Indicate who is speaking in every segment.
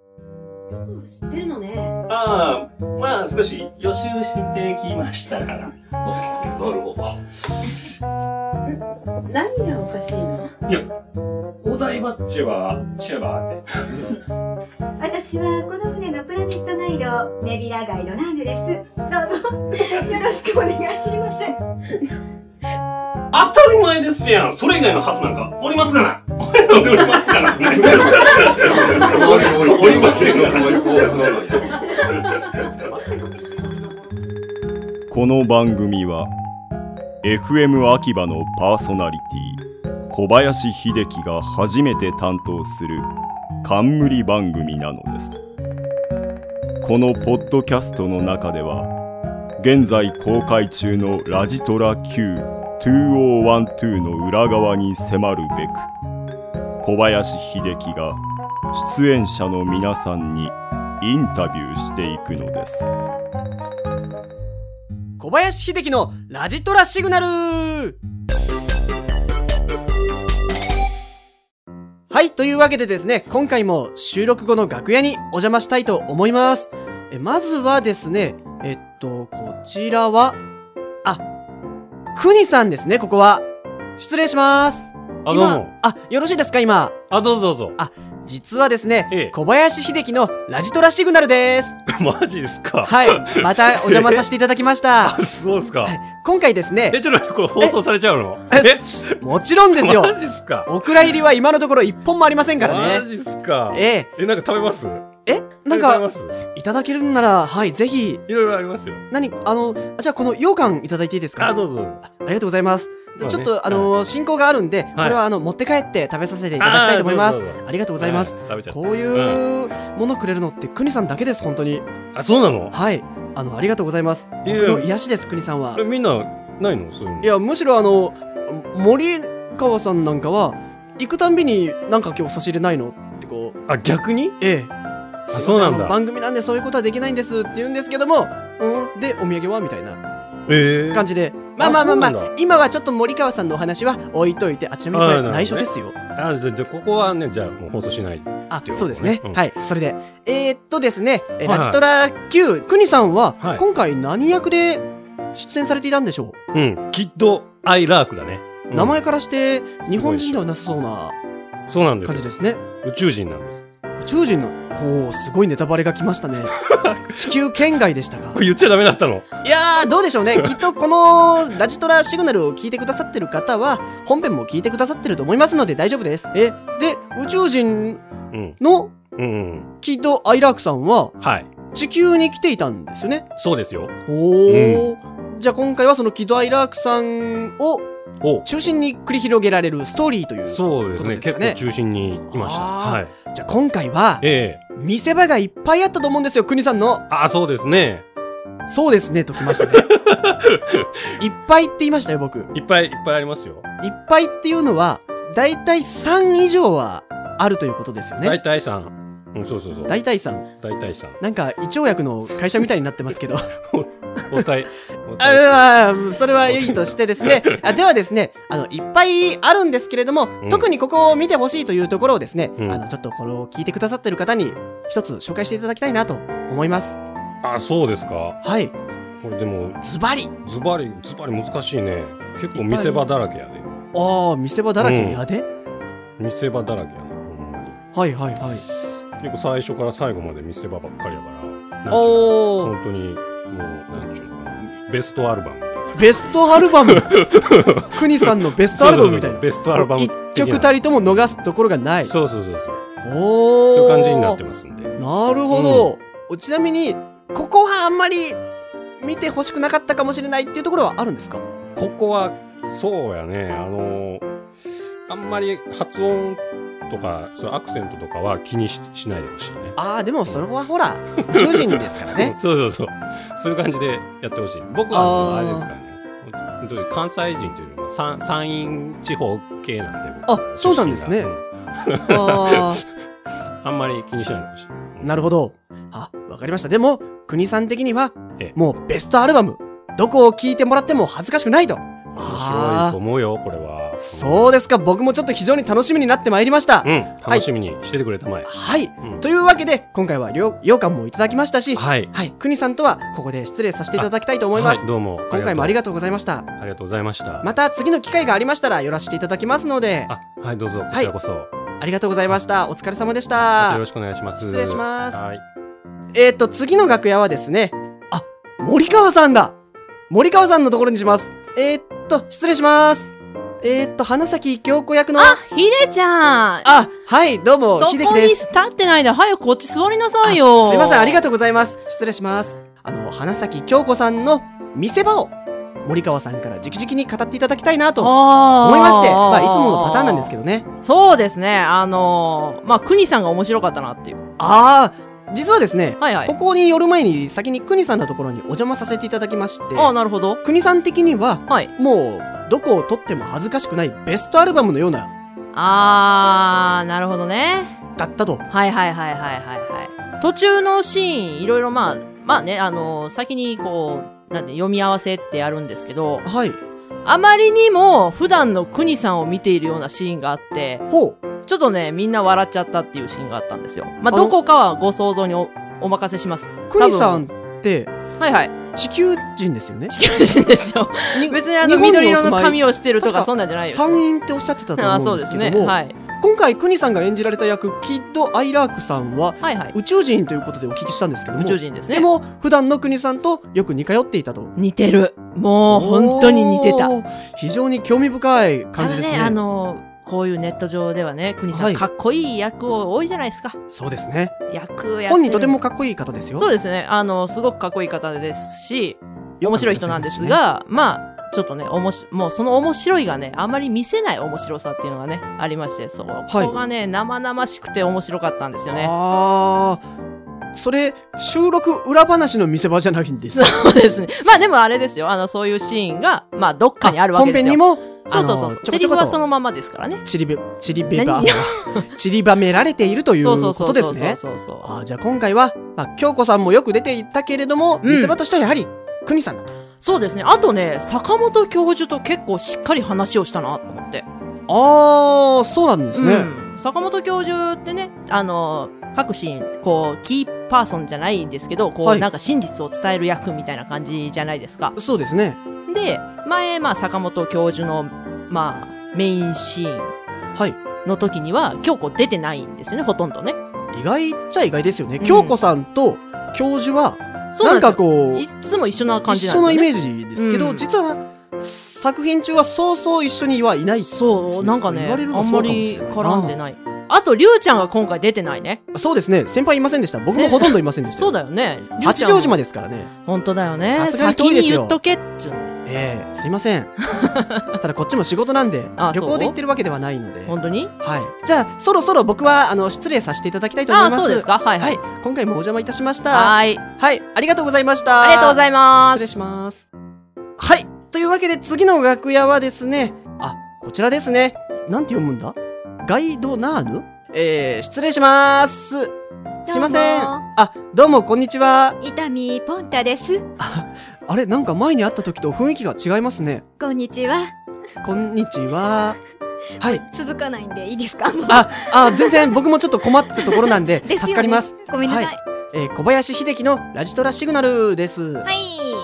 Speaker 1: うん知ってるのね。
Speaker 2: ああ、まあ少し予習してきましたから。なるほど。
Speaker 1: 何がおかしいの
Speaker 2: お台場っちゅうは、チューバーで。
Speaker 3: 私はこの船のプラネットガイドネビラガイドナーヌですどうぞよろしくお願いします
Speaker 2: 当たり前ですやんそれ以外のハトなんかおりますから俺らでおりますからって何
Speaker 4: おりません
Speaker 5: この番組は FM 秋葉のパーソナリティ小林秀樹が初めて担当する冠番組なのですこのポッドキャストの中では現在公開中の「ラジトラ Q2012」の裏側に迫るべく小林秀樹が出演者の皆さんにインタビューしていくのです
Speaker 6: 小林秀樹のラジトラシグナルはい、というわけでですね、今回も収録後の楽屋にお邪魔したいと思います。えまずはですね、えっと、こちらは、あ、くにさんですね、ここは。失礼します。
Speaker 7: あ、どう
Speaker 6: 今
Speaker 7: も。。
Speaker 6: あ、よろしいですか、今。
Speaker 7: あ、どうぞどうぞ。
Speaker 6: 実はですね、
Speaker 7: ええ
Speaker 6: 小林秀樹のラジトラシグナルです。
Speaker 7: マジですか。
Speaker 6: はい、またお邪魔させていただきまし た。
Speaker 7: あ、そうですか。
Speaker 6: 今回ですね、
Speaker 7: え、ちょっと待って、これ放送されちゃうの
Speaker 6: えしもちろんですよ
Speaker 7: マジっすか。
Speaker 6: お蔵入りは今のところ一本もありませんから
Speaker 7: マ
Speaker 6: ね。
Speaker 7: ジっすか。え、
Speaker 6: え
Speaker 7: なんか食べます
Speaker 6: え、え、なん
Speaker 7: 食べま
Speaker 6: か、
Speaker 7: す
Speaker 6: いただけるんなら、はい、ぜひ、
Speaker 7: いろいろありますよ。
Speaker 6: 何、あの、あじゃあこの羊羹いただいていいですか
Speaker 7: あ、
Speaker 6: あ
Speaker 7: どうぞどうぞ。
Speaker 6: りがとうございます。じゃあち
Speaker 7: そ
Speaker 6: ょ
Speaker 7: う
Speaker 6: っ
Speaker 7: ね
Speaker 6: と、あのー、進行があるんで、これはあの、持って帰って食べさせていただきたいと思います
Speaker 7: あーどうぞどう。ぞ
Speaker 6: ありがとうございます。
Speaker 7: は。食べちゃっ
Speaker 6: こういうものくれるのって、くにさんだけです、本当に。
Speaker 7: た。あ、そうなの
Speaker 6: はい。あの、ありがとうございます。
Speaker 7: い
Speaker 6: 僕
Speaker 7: や
Speaker 6: の癒しです、くにさんは
Speaker 7: え。みんな、ないのそういうの。
Speaker 6: いや、むしろあの、森川さんなんかは、行くたんびになんか今日差し入れないのってこう、
Speaker 7: あ、逆に
Speaker 6: ええ。すいませ
Speaker 7: そうなんだ
Speaker 6: あの番組なんでそういうことはできないんですって言うんですけども、うん、で、お土産はみたいな
Speaker 7: ええ。
Speaker 6: 感じで。まあまあまあま
Speaker 7: そうな
Speaker 6: あ
Speaker 7: ん、
Speaker 6: 今はちょっと森川さんのお話は置いといて、あ、ちなみにこ
Speaker 7: あー
Speaker 6: れ
Speaker 7: なるほどね
Speaker 6: 内緒ですよ。
Speaker 7: あ、じゃあじゃあ、ここはね、じゃあ、もう放送しない。
Speaker 6: あ
Speaker 7: て、いうことね
Speaker 6: そうですね。
Speaker 7: うん
Speaker 6: はい。それで、えー、っとですね、え
Speaker 7: はいはい
Speaker 6: ラジトラ Q、くにさんは
Speaker 7: は、い
Speaker 6: 今回何役で出演されていたんでしょ
Speaker 7: うん。キッド・アイ・ラークだね。
Speaker 6: う、
Speaker 7: うん
Speaker 6: 名前からして、
Speaker 7: ょ
Speaker 6: 日本人ではなさそうな
Speaker 7: そうなんです
Speaker 6: 感じ
Speaker 7: よ。
Speaker 6: ですね。
Speaker 7: 宇宙人なんです。
Speaker 6: 宇宙人の、おー、すごいネタバレが来ました ね。地球圏外でしたか
Speaker 7: こ。れ言っちゃダメだったの。
Speaker 6: いやーどうでしょうねきっとこのラジトラシグナルを聞いてくださってる方は本編も聞いてくださってると思いますので大丈夫ですえで宇宙人
Speaker 7: うん。
Speaker 6: の
Speaker 7: うんうん。
Speaker 6: キッド・アイラークさんは
Speaker 7: はい。
Speaker 6: 地球に来ていたんですよね
Speaker 7: そうですよ。
Speaker 6: おー、じゃあ今回はそのキッド・アイラークさんを
Speaker 7: お
Speaker 6: 中心に繰り広げられるストーリーという
Speaker 7: そうですね
Speaker 6: ことですか
Speaker 7: 結
Speaker 6: ね
Speaker 7: 構中心にいました
Speaker 6: あー
Speaker 7: はい
Speaker 6: じゃあ今回は
Speaker 7: ええ
Speaker 6: 見せ場がいっぱいあったと思うんですよ国さんの
Speaker 7: あそうですね
Speaker 6: そうですねときま したねいっぱいって言いましたよ僕
Speaker 7: いっぱいいっぱいありますよ
Speaker 6: いっぱいっていうのは、だいたい3以上はあるということですよね。
Speaker 7: 大体さんうんそうそうそう
Speaker 6: 大体3。
Speaker 7: 大体さん
Speaker 6: なんか、胃腸薬の会社みたいになってます けど。あ
Speaker 7: おたいおたい
Speaker 6: あ、それはいいとしてです ね。あではですね、あの、いっぱいあるんですけれども、
Speaker 7: ん
Speaker 6: 特にここを見てほしいというところをですね、
Speaker 7: うん
Speaker 6: あの、ちょっとこれを聞いてくださってる方に、一つ紹介していただきたいなと思います。
Speaker 7: あそうですか
Speaker 6: はい。
Speaker 7: これでも
Speaker 6: ズバリ
Speaker 7: ズバリズバリ難しいね結構見せ場だらけやで
Speaker 6: ああ、見せ場だら
Speaker 7: うん
Speaker 6: けやで、
Speaker 7: 見せ場だらけやねほんまに
Speaker 6: はいはいはい。
Speaker 7: 結構最初から最後まで見せ場ばっかりやからなんちゅ
Speaker 6: お
Speaker 7: う
Speaker 6: ー、
Speaker 7: の本当にもうなんちゅうのベストアルバム
Speaker 6: ベストアルバ ム国さんのベストアルバムみたいな
Speaker 7: そうそうそう。ベストアルバム
Speaker 6: 一
Speaker 7: 的な
Speaker 6: 曲たりとも逃すところがない。
Speaker 7: そうそうそうそ
Speaker 6: お
Speaker 7: う
Speaker 6: ー
Speaker 7: そういう感じになってますんで
Speaker 6: なるほど、おちなみに、ここはあんまり見てほしくなかったかもしれないっていうところはあるんですか
Speaker 7: ここは、そうやね、あのあんまり発音とか、そのアクセントとかは気にししないでほしいね。。
Speaker 6: ああ、でもそれはほら、宇宙人ですからね
Speaker 7: そうそうそう。そういう感じでやってほしい。僕は、
Speaker 6: あ
Speaker 7: あ
Speaker 6: ー
Speaker 7: れですからね。本当に関西人というよりも山山陰地方系なんで。
Speaker 6: あ
Speaker 7: 僕
Speaker 6: そうなんですね
Speaker 7: 出身がうん
Speaker 6: あ
Speaker 7: あんまり気にしないでほしい。
Speaker 6: あ、なるほど。あ、わかりました。でも、国さん的には
Speaker 7: ええ、
Speaker 6: もうベストアルバム、どこを聴いてもらっても恥ずかしくないと。
Speaker 7: 面白い
Speaker 6: あ
Speaker 7: と思うよ、これは。から。
Speaker 6: そうですか、僕もちょっと非常に楽しみになってまいりました。
Speaker 7: うん、楽しみにしててくれたまえ。
Speaker 6: はい。
Speaker 7: うん
Speaker 6: というわけで、今回は料羊羹もいただきましたし、
Speaker 7: はい。
Speaker 6: はい、くにさんとはここで失礼させていただきたいと思います。
Speaker 7: はいどうも。
Speaker 6: 今回もあり
Speaker 7: が
Speaker 6: がとうございました。
Speaker 7: とう。ありがとうございました。
Speaker 6: また次の機会がありましたら寄らせていただきますので、
Speaker 7: あ、はい、どうぞ、こちらこそ。よ
Speaker 6: ありがとうございました。お疲れ様でした
Speaker 7: ろ。しくお願いします。
Speaker 6: 失礼します
Speaker 7: はい。
Speaker 6: えっ、と、次の楽屋はですね、あ、森川さんだ森川さんのところにします。えっ、と、失礼します。えっ、と、花咲京子役の、
Speaker 8: あ、ひでちゃん
Speaker 6: あ、はい、どうも、
Speaker 8: そこ
Speaker 6: 秀
Speaker 8: に
Speaker 6: 樹です
Speaker 8: 立。ってないで早くこっち座りなさいよ
Speaker 6: あすいません、ありがと
Speaker 8: う
Speaker 6: うございます。失礼します。あの、花咲京子さんの見せ場を、森川さんから直々に語っていただきたいなと思
Speaker 8: 思
Speaker 6: いまして、まあ、いつものパターンなんですけどね。
Speaker 8: そうですねあのー、まあ国さんが面白かったなっていう
Speaker 6: ああ、実はですね、
Speaker 8: はいはい
Speaker 6: ここに寄る前に先に国さんのところにお邪魔させていただきまして、
Speaker 8: ああなるほど
Speaker 6: 国さん的には、
Speaker 8: はい
Speaker 6: もう、どこを撮っても恥ずかしくないベストアルバムのような、
Speaker 8: あーなるほどね
Speaker 6: だったと。
Speaker 8: はいはいはいはいはいはい途中のシーンいろいろまあまあねあのー、先にこうなんて読み合わせってやるんですけど
Speaker 6: はい。
Speaker 8: あまりにも普段の国さんを見ているようなシーンがあって
Speaker 6: ほう。
Speaker 8: ちょっとねみんな笑っちゃったっていうシーンがあったんですよまあ
Speaker 6: あの
Speaker 8: どこかはご想像におお任せします
Speaker 6: 国さんって、
Speaker 8: はいはい
Speaker 6: 地球人ですよね。
Speaker 8: 地球人です よ。
Speaker 6: に
Speaker 8: 別にあの緑色の髪をしてると
Speaker 6: 確
Speaker 8: か
Speaker 6: か
Speaker 8: そんなんじゃないです。
Speaker 6: 参院っておっしゃってたと
Speaker 8: ああ
Speaker 6: 思
Speaker 8: そううん
Speaker 6: で
Speaker 8: ですす
Speaker 6: け
Speaker 8: ね。
Speaker 6: ども、
Speaker 8: はい。
Speaker 6: 今回国さんが演じられた役キッド・アイラークさんは
Speaker 8: はいはい。
Speaker 6: 宇宙人ということでお聞きしたんですけども
Speaker 8: 宇宙人ですね。
Speaker 6: でも普段の国さんとよく似通っていたと
Speaker 8: 似てる。もう本当に似てた。
Speaker 6: おー非常に興味深い
Speaker 8: た
Speaker 6: 感
Speaker 8: だ
Speaker 6: じです
Speaker 8: ね、
Speaker 6: ね
Speaker 8: あの、こういうネット上ではね、国さん、
Speaker 6: はい
Speaker 8: かっこいい役を多いじゃないですか。
Speaker 6: そうですね
Speaker 8: 役をやってる
Speaker 6: 本人とてもかっこいい方ですよ
Speaker 8: そうですね。あの、すごくかっこいい方ですし、面白い人なんですが、まあ、ちょっとね、おもし、もうその面白いがね、あまり見せない面白さっていうのがね、ありまして、そこがね、生々しくて面白かったんですよね。
Speaker 6: ああそれ収録裏話の見せ場じゃないんです
Speaker 8: そうですね。まあでもあれですよ。あの、そういうシーンが、まあどっかにあるわけ
Speaker 6: 本
Speaker 8: です
Speaker 6: 編に
Speaker 8: よ。
Speaker 6: も
Speaker 8: そうそうそう
Speaker 6: あの
Speaker 8: そう。
Speaker 6: ちょこ
Speaker 8: セ
Speaker 6: ち
Speaker 8: リ
Speaker 6: ょ
Speaker 8: フ
Speaker 6: こと
Speaker 8: はそのままですからね。
Speaker 6: ちりべちりべば
Speaker 8: 何
Speaker 6: ちりばめられているという
Speaker 8: そ
Speaker 6: こ
Speaker 8: うそうそ
Speaker 6: と
Speaker 8: う
Speaker 6: で
Speaker 8: そう
Speaker 6: す
Speaker 8: そう
Speaker 6: ね
Speaker 8: そうそう。
Speaker 6: あーじゃあ今回は、まあ、京子さんもよく出ていたけれども、
Speaker 8: うん
Speaker 6: 見せ場としてはやはり国さんだと
Speaker 8: そうですね。あとね、坂本教授と結構しっかり話をしたなと思って。
Speaker 6: ああそうなんですね、
Speaker 8: うん。坂本教授ってね、あの、各シーン、こう、キーパーソンじゃないんですけど、こう、
Speaker 6: はい
Speaker 8: なんか真実を伝える役みたいな感じじゃないですか。
Speaker 6: そうですね
Speaker 8: で、前、まあ、坂本教授の、まあ、メインシーン
Speaker 6: はい
Speaker 8: の時には、京子出てないんですよね、ほとんどね。
Speaker 6: 意外っちゃ意外ですよね、
Speaker 8: うん
Speaker 6: 京子さんと教授は
Speaker 8: そう
Speaker 6: なん
Speaker 8: ですよ
Speaker 6: かこう
Speaker 8: いつも一緒な感じ
Speaker 6: 一
Speaker 8: なんで
Speaker 6: 緒
Speaker 8: すよ
Speaker 6: の
Speaker 8: ね。
Speaker 6: イメージですけど、
Speaker 8: うん
Speaker 6: 実は作品中はそうそう一緒にはいない
Speaker 8: そう、なんか
Speaker 6: そう
Speaker 8: ね、
Speaker 6: 言われる
Speaker 8: あ
Speaker 6: の
Speaker 8: ん
Speaker 6: そ
Speaker 8: ま
Speaker 6: うかもし
Speaker 8: り
Speaker 6: れないな
Speaker 8: 絡んでない。あと、りゅうちゃんが今回出てないね。
Speaker 6: そうですね先輩いませんでした僕もほとんどいませんでした
Speaker 8: そうだよね。りゅう
Speaker 6: 八
Speaker 8: ちゃん
Speaker 6: 丈島ですからね
Speaker 8: 本当だよね。
Speaker 6: さすがに
Speaker 8: 先
Speaker 6: 遠いで
Speaker 8: に
Speaker 6: すよ
Speaker 8: 言っとけっちゅうね。
Speaker 6: ええすいま せんただこっちも仕事なんで
Speaker 8: あ
Speaker 6: 旅
Speaker 8: そ
Speaker 6: 行
Speaker 8: う
Speaker 6: で行ってるわけではないので
Speaker 8: 本当に
Speaker 6: はいじゃあそろそろ僕はあの失礼させていただきたいと思
Speaker 8: あ
Speaker 6: い
Speaker 8: あ、
Speaker 6: ます
Speaker 8: そうですか。はいは
Speaker 6: はいい。今回もお邪魔いたしました
Speaker 8: はい。
Speaker 6: はいありがとうございました
Speaker 8: ありがとうございま
Speaker 6: 失礼
Speaker 8: す
Speaker 6: し。ます。はい。というわけで次の楽屋はですね、あ、こちらですね。なんて読むんだガイドナーヌえー、失礼しまーす。すいません。
Speaker 3: どうも
Speaker 6: あ、どうも、こんにちは。
Speaker 3: 伊丹ポンタです。
Speaker 6: あれ、なんか前に会った時と雰囲気が違いますね。
Speaker 3: こんにちは。
Speaker 6: こんにちは。はい。
Speaker 3: 続かないんでいいですか。もう
Speaker 6: あ、あ、全然僕もちょっと困ってたところなん で、
Speaker 3: ですよね
Speaker 6: 助かります。。
Speaker 3: ごめんなさい。
Speaker 6: は
Speaker 3: はいい。
Speaker 6: えー、小林秀樹のラジトラシグナルです。はい。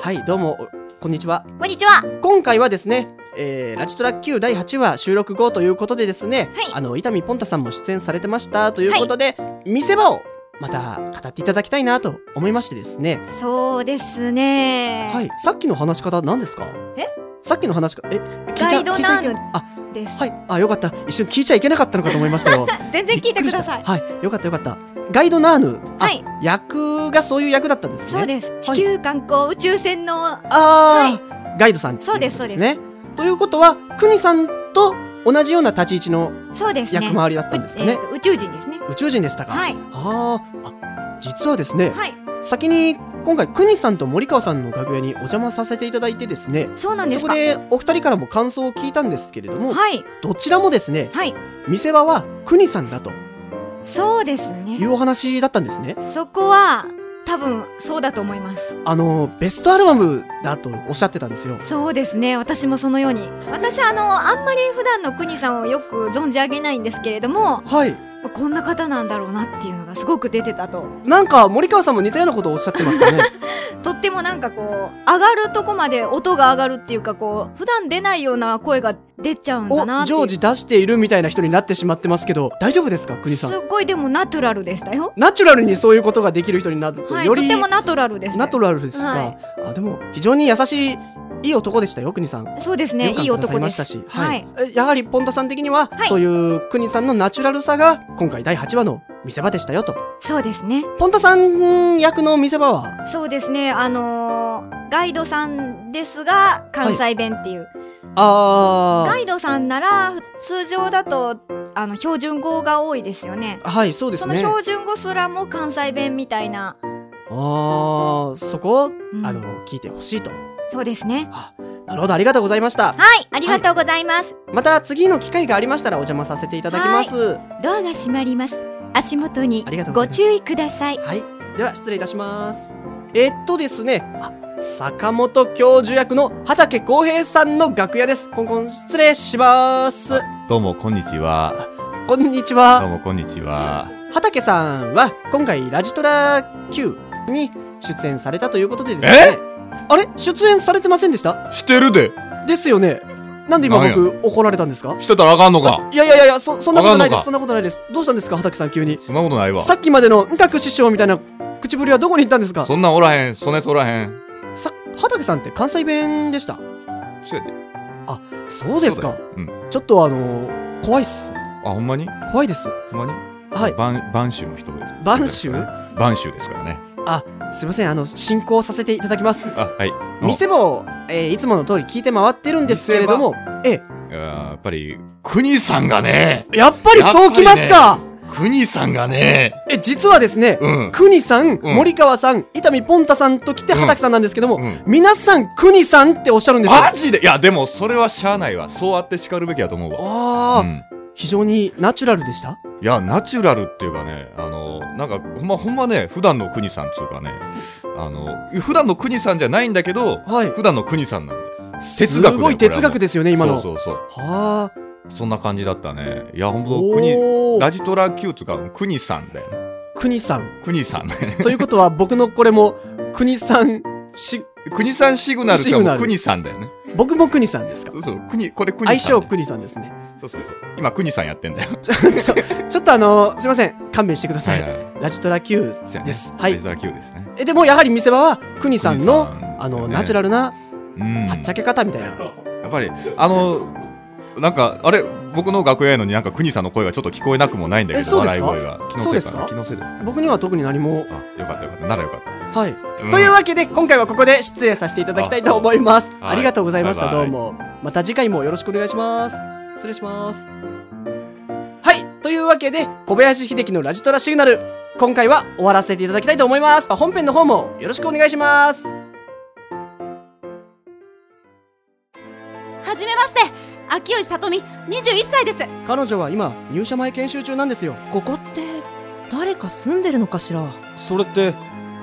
Speaker 6: はい、どうも、おこんにちは。
Speaker 3: こんにちは。
Speaker 6: 今回はですね、えー、ラジトラ Q 第8話収録後ということでですね、
Speaker 3: はい
Speaker 6: あの、伊丹ポンタさんも出演されてましたということで、見せ場をまた語っていただきたいなと思いましてですね、
Speaker 3: そうですね。
Speaker 6: はい、さっきの話し方何ですか
Speaker 3: え
Speaker 6: さっきの話し方、え、聞いち
Speaker 3: ガ
Speaker 6: ゃ、
Speaker 3: イド
Speaker 6: 聞いちゃいけ
Speaker 3: ナー
Speaker 6: あ、
Speaker 3: です。
Speaker 6: はい、あ、よかった。一瞬聞いちゃいけなかったのかと思いまし たよ。
Speaker 3: 全然聞いてください
Speaker 6: びっ。くりしたはい、よかったよかった。ガイドナーヌ、あ
Speaker 3: はい
Speaker 6: 役がそういう役だったんですね。
Speaker 3: そうです。地球観光宇宙船の
Speaker 6: ああ、ガイドさんってい
Speaker 3: そうです
Speaker 6: ことね。ということは、クニさんと同じような立ち位置の
Speaker 3: そうですね。
Speaker 6: 役回りだったんですか
Speaker 3: うえ
Speaker 6: ね
Speaker 3: ー。と宇宙人ですね。
Speaker 6: 宇宙人でしたか。
Speaker 3: はい
Speaker 6: あーあ、実はですね、
Speaker 3: はい。
Speaker 6: 先に今回クニさんと森川さんの楽屋にお邪魔させていただいてですね。
Speaker 3: そうなんで
Speaker 6: そ
Speaker 3: す
Speaker 6: こ
Speaker 3: か。
Speaker 6: でお二人からも感想を聞いたんですけれども、
Speaker 3: はい
Speaker 6: どちらもですね、
Speaker 3: はい。
Speaker 6: 見せ場はクニさんだと
Speaker 3: そうです
Speaker 6: い
Speaker 3: ね。
Speaker 6: うお話だったんですね。
Speaker 3: そこは
Speaker 9: 多分そうだと思います
Speaker 6: あの、ベストアルバムだとおっしゃってたんですよ。
Speaker 9: そうですね私もそのように私あのあんまり普段の国さんをよく存じ上げないんですけれども
Speaker 6: はい。
Speaker 9: こんな方なんだろうなっていうのがすごく出てたと
Speaker 6: なんか、森川さんも似たようなことをおっしゃってましたね。
Speaker 9: とってもなんかこう上がるとこまで音が上がるっていうかこう普段出ないような声が出ちゃうんだな
Speaker 6: お、
Speaker 9: って
Speaker 6: ジ
Speaker 9: いう
Speaker 6: ョージ出しているみたいな人になってしまってますけど、大丈夫ですか国さ
Speaker 9: す
Speaker 6: ん。
Speaker 9: っごいでもナチュラルでしたよ
Speaker 6: ナチュラルにそういうことができる人になると、
Speaker 9: はい
Speaker 6: よ
Speaker 9: とっ
Speaker 6: り
Speaker 9: てもナトラルでした
Speaker 6: ナトラルですか。
Speaker 9: は
Speaker 6: あ、でも、非常に優しい、いい男でしたよ、国さん。
Speaker 9: そうですね
Speaker 6: 良かっ
Speaker 9: いい
Speaker 6: たと
Speaker 9: 男
Speaker 6: 思い
Speaker 9: で
Speaker 6: ますしたし、は
Speaker 9: はいい、
Speaker 6: えやはりポンタさん的には、
Speaker 9: はい
Speaker 6: そういう国さんのナチュラルさが今回第8話の見せ場でしたよと
Speaker 9: そうですね
Speaker 6: ポンタさん役の見せ場は
Speaker 9: そうですねあのーガイドさんですが関西弁っていう、ガ
Speaker 6: あ
Speaker 9: イドさんなら通常だとあの標準語が多いですよね
Speaker 6: あはいそうで
Speaker 9: そ
Speaker 6: す
Speaker 9: の
Speaker 6: ね
Speaker 9: 標準語すらも関西弁みたいな、
Speaker 6: ああそこを、
Speaker 9: うん
Speaker 6: あの聞いてほしいと
Speaker 9: そうですね
Speaker 6: なるほどありがとうございました
Speaker 9: はいありがとうございます、
Speaker 6: また次の機会がありましたらお邪魔させていただきますは
Speaker 9: ドアが閉まります足元に
Speaker 6: ありがとうござ
Speaker 9: ご
Speaker 6: います
Speaker 9: 注意ください
Speaker 6: い、では失礼いたしますえっとですねあ坂本教授役の畑浩平さんの楽屋ですコンコン失礼します
Speaker 4: どうも、こんにちは。
Speaker 6: こんにちは
Speaker 4: どうも、こんにちは。
Speaker 6: 畑さんは今回ラジトラ Q に出演されたということでですねあれ出演されてませんでした
Speaker 4: してるで
Speaker 6: ですよねなんで今
Speaker 4: なんや
Speaker 6: 僕怒られたんですか
Speaker 4: してたらあかんのか
Speaker 6: いやいやいやいやそそんなことないで
Speaker 4: わかんの
Speaker 6: す
Speaker 4: か
Speaker 6: そんなことないですどうしたんですか畑さん急に
Speaker 4: そんなことないわ。
Speaker 6: さっきまでの各師匠みたいな口ぶりはどこに行ったんですか
Speaker 4: そんなんおらへん。そんなやつおらへん。
Speaker 6: さ畑さんって関西弁でした
Speaker 4: そうやで。
Speaker 6: そうですか
Speaker 4: そうだよ
Speaker 6: ちょっとあのー怖いっす
Speaker 4: あ、ほんまに
Speaker 6: 怖いです
Speaker 4: ほんまに
Speaker 6: はい
Speaker 4: 晩晩秋の人です。
Speaker 6: 晩秋
Speaker 4: 晩秋ですからね。
Speaker 6: すいませんあの進行させていただきます
Speaker 4: あ、はい。
Speaker 6: 見せ場を、えーいつもの通り聞いて回ってるんですけれどもええ
Speaker 4: あやっぱり、国さんがね、
Speaker 6: やっぱりそうきますか、
Speaker 4: 国さんがね、
Speaker 6: え実はですね、
Speaker 4: うん。
Speaker 6: くにさん、
Speaker 4: うん
Speaker 6: 森川さん、伊丹ポンタさんと来て
Speaker 4: うん
Speaker 6: 畑さんなんですけども、
Speaker 4: うん
Speaker 6: 皆さんくにさんっておっしゃるんですよ。
Speaker 4: マジでいや、でも、それはしゃあないわ。そうあって叱るべきやと思うわ。
Speaker 6: あ
Speaker 4: う
Speaker 6: ー
Speaker 4: ん。
Speaker 6: 非常にナチュラルでした。
Speaker 4: いや、ナチュラルっていうかね、あの、なんか、ほんま、ほんまね、普段の国さんっていうかね、あの、普段の国さんじゃないんだけど、
Speaker 6: はい。
Speaker 4: 普段の国さんなんで。
Speaker 6: す
Speaker 4: 哲学だよ
Speaker 6: ごい哲学ですよね、今の。
Speaker 4: そうそうそう。
Speaker 6: はあ。
Speaker 4: そんな感じだったね。いや、本当国、
Speaker 6: お
Speaker 4: ラ
Speaker 6: ー
Speaker 4: ジトラ Q っていうか、国さんだよね。
Speaker 6: くにさん。
Speaker 4: 国さんね。
Speaker 6: ということは、僕のこれも、くにさん、し、
Speaker 4: 国さんシグナルか
Speaker 6: シグナ
Speaker 4: も
Speaker 6: ル
Speaker 4: 国さんだよね。
Speaker 6: 僕もくにさんですか
Speaker 4: そうそう、国、これ国さん
Speaker 6: 相
Speaker 4: だ
Speaker 6: 性
Speaker 4: よ。
Speaker 6: くにさんですね。
Speaker 4: そうそうそう。今、国さんやってんだよ。
Speaker 6: ちょっとあのーすいません。勘弁してください。
Speaker 4: はいはい
Speaker 6: ラジトラ Q
Speaker 4: そうやね
Speaker 6: です。はい
Speaker 4: ラジ。トラ Q ですね。
Speaker 6: えでもやはり見せ場はくにさんの
Speaker 4: 国さんだよね
Speaker 6: あのナチュラルな
Speaker 4: うん。
Speaker 6: はっちゃけ方みたいな、
Speaker 4: やっぱり、あの、なんか、あれ、僕の楽屋やのになんか、国さんの声がちょっと聞こえなくもないんだけ
Speaker 6: えそ
Speaker 4: ど、
Speaker 6: うです
Speaker 4: 笑い
Speaker 6: か
Speaker 4: 声が。気のせいかな。
Speaker 6: そうですか
Speaker 4: 気のせいですかね。
Speaker 6: 僕には特に何も
Speaker 4: あ、よかったよかった。ならよかった。
Speaker 6: はい、
Speaker 4: うん
Speaker 6: というわけで今回はここで失礼させていただきたいと思いますあ
Speaker 4: あ
Speaker 6: りがとうございました、
Speaker 4: はいバイ
Speaker 6: ど
Speaker 4: バ
Speaker 6: うもまた次回もよろしくお願いします失礼しますはいというわけで小林秀樹のラジトラシグナル今回は終わらせていただきたいと思います本編の方もよろしくお願いします
Speaker 9: はじめまして秋吉さとみ21歳です
Speaker 6: 彼女は今入社前研修中なんですよ
Speaker 8: ここって誰か住んでるのかしら
Speaker 10: それって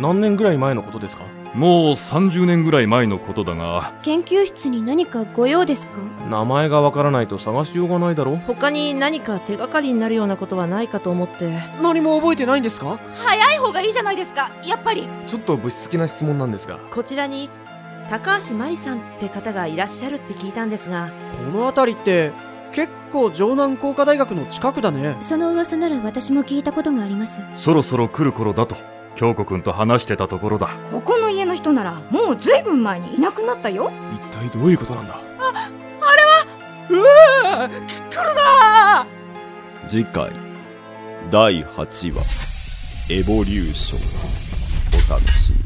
Speaker 10: 何年ぐらい前のことですか
Speaker 11: もう30年ぐらい前のことだが
Speaker 9: 研究室に何かご用ですか
Speaker 10: 名前がわからないと探しようがないだろ
Speaker 8: 他に何か手がかりになるようなことはないかと思って
Speaker 6: 何も覚えてないんですか
Speaker 9: 早い方がいいじゃないですかやっぱり
Speaker 10: ちょっと物質的な質問なんですが
Speaker 8: こちらに高橋真理さんって方がいらっしゃるって聞いたんですが
Speaker 6: この辺りって結構城南工科大学の近くだね
Speaker 9: その噂なら私も聞いたことがあります
Speaker 11: そろそろ来る頃だと京子くんと話してたところだ
Speaker 9: ここの家の人ならもうずいぶん前にいなくなったよ
Speaker 10: 一体どういうことなんだ
Speaker 5: 次回第8話「エボリューション」お楽しみに